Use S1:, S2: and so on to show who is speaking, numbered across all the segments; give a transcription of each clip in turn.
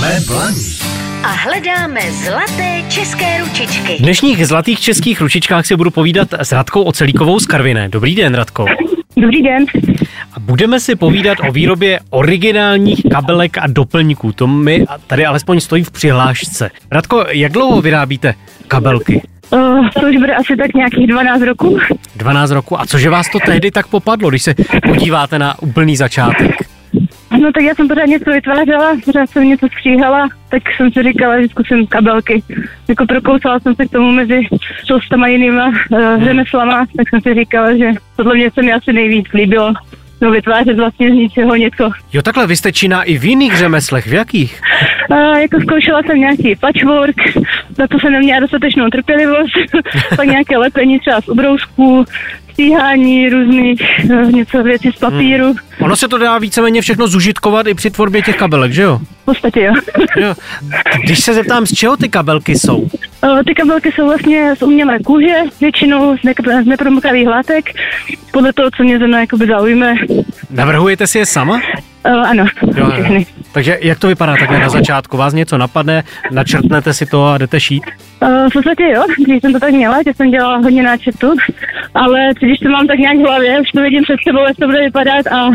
S1: Hledáme blaník.
S2: a hledáme zlaté české ručičky.
S3: V dnešních zlatých českých ručičkách si budu povídat s Radkou Ocelíkovou z Karviné. Dobrý den, Radko.
S4: Dobrý den.
S3: A budeme si povídat o výrobě originálních kabelek a doplňků. To mi a tady alespoň stojí v přihlášce. Radko, jak dlouho vyrábíte kabelky?
S4: Uh, to už bude asi tak nějakých 12 roků.
S3: 12 roku. A cože vás to tehdy tak popadlo, když se podíváte na úplný začátek?
S4: No tak já jsem pořád něco vytvářela, pořád jsem něco skříhala, tak jsem si říkala, že zkusím kabelky. Jako prokousala jsem se k tomu mezi šolstama jinýma uh, řemeslama, tak jsem si říkala, že tohle mě se mi asi nejvíc líbilo. No vytvářet vlastně z ničeho něco.
S3: Jo, takhle vy jste činná i v jiných řemeslech. V jakých?
S4: A jako zkoušela jsem nějaký patchwork, na to jsem neměla dostatečnou trpělivost, pak nějaké lepení třeba z obrousků, stíhání různých eh, něco věcí z papíru.
S3: Ono se to dá víceméně všechno zužitkovat i při tvorbě těch kabelek, že jo?
S4: V podstatě jo.
S3: jo. Když se zeptám, z čeho ty kabelky jsou?
S4: Eh, Ty kabelky jsou vlastně z umělé kůže, většinou z, ne- z nepromokavých látek, podle toho, co mě zrovna jakoby zaujme.
S3: Navrhujete si je sama?
S4: Uh, ano,
S3: Jo, jo.
S4: všechny.
S3: Takže jak to vypadá takhle na začátku? Vás něco napadne, načrtnete si to a jdete šít?
S4: Eh, V podstatě jo, když jsem to tak měla, že jsem dělala hodně náčetu, ale když to mám tak nějak v hlavě, už to vidím před sebou, jak to bude vypadat a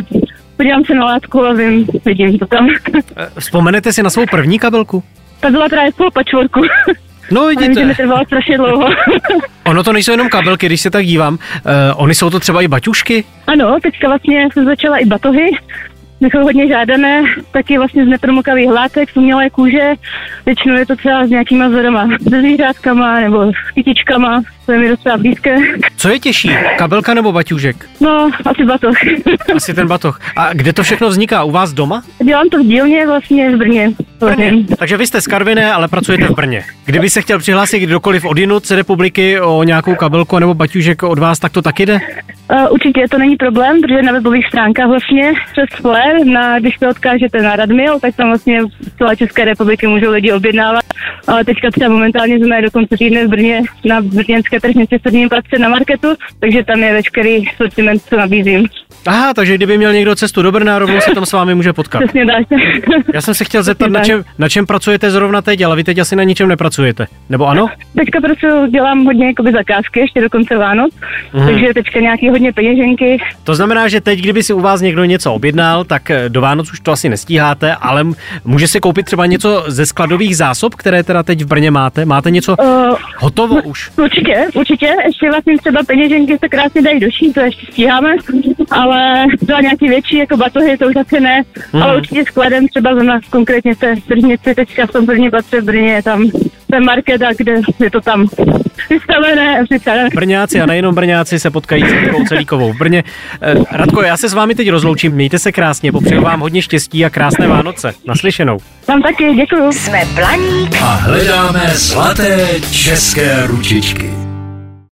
S4: podívám se na látku a vím, vidím to tam.
S3: Eh, Vzpomenete si na svou první kabelku?
S4: Ta byla právě z toho patchworku.
S3: No
S4: A vím, že mi
S3: vidíte,
S4: trvalo strašně dlouho.
S3: ono to nejsou jenom kabelky, když se tak dívám. Eh, Ony jsou to třeba i baťušky?
S4: ano, teďka vlastně jsem začala i batohy, ty jsou hodně žádané, taky vlastně z nepromokavých látek, z umělé kůže, většinou je to třeba s nějakýma vzorama, se zvířátkama nebo s kytičkama, to je mi docela blízké.
S3: Co je těžší, kabelka nebo baťužek?
S4: No, asi batoh.
S3: Asi ten batoh. A kde to všechno vzniká? U vás doma?
S4: Dělám to v dílně vlastně v Brně. Brně.
S3: Takže vy jste z Karviné, ale pracujete v Brně. Kdyby se chtěl přihlásit kdokoliv od jinut z republiky o nějakou kabelku nebo baťužek od vás, tak to tak jde?
S4: Uh, určitě to není problém, protože na webových stránkách vlastně přes Flair, na, když to odkážete na Radmil, tak tam vlastně z celé České republiky můžou lidi objednávat. Ale teďka třeba momentálně jsme do konce týdne v Brně na brněnské tržnici v prvním patře na marketu, takže tam je veškerý sortiment, co nabízím.
S3: Aha, takže kdyby měl někdo cestu do Brna, rovnou se tam s vámi může potkat.
S4: Přesně tak.
S3: Já jsem se chtěl zeptat, na
S4: tak.
S3: čem, na čem pracujete zrovna teď, ale vy teď asi na ničem nepracujete. Nebo ano?
S4: Teďka prostě dělám hodně jakoby, zakázky ještě do konce Vánoc, mm. takže teďka nějaký hodně peněženky,
S3: To znamená, že teď, kdyby si u vás někdo něco objednal, tak eh, do Vánoc už to asi nestíháte, ale m- může si koupit třeba něco ze skladových zásob, které teda teď v Brně máte? Máte něco
S4: Eh,
S3: hotovo už?
S4: Určitě, určitě. Ještě vlastně třeba peněženky se krásně dají došít, to ještě stíháme, ale třeba nějaký větší, jako batohy, to už asi ne, mm. ale určitě skladem třeba za nás konkrétně se tržnici teďka v tom prvním patře v Brně je tam ten market a kde je to tam vystavené, přistavené.
S3: Brňáci a nejenom Brňáci se potkají s Radkou Celíkovou v Brně. Eh, Radko, já se s vámi teď rozloučím, mějte se krásně, popřeju vám hodně štěstí a krásné Vánoce. Naslyšenou.
S4: Tam taky, děkuju.
S2: Jsme Blaník
S1: a hledáme zlaté české ručičky.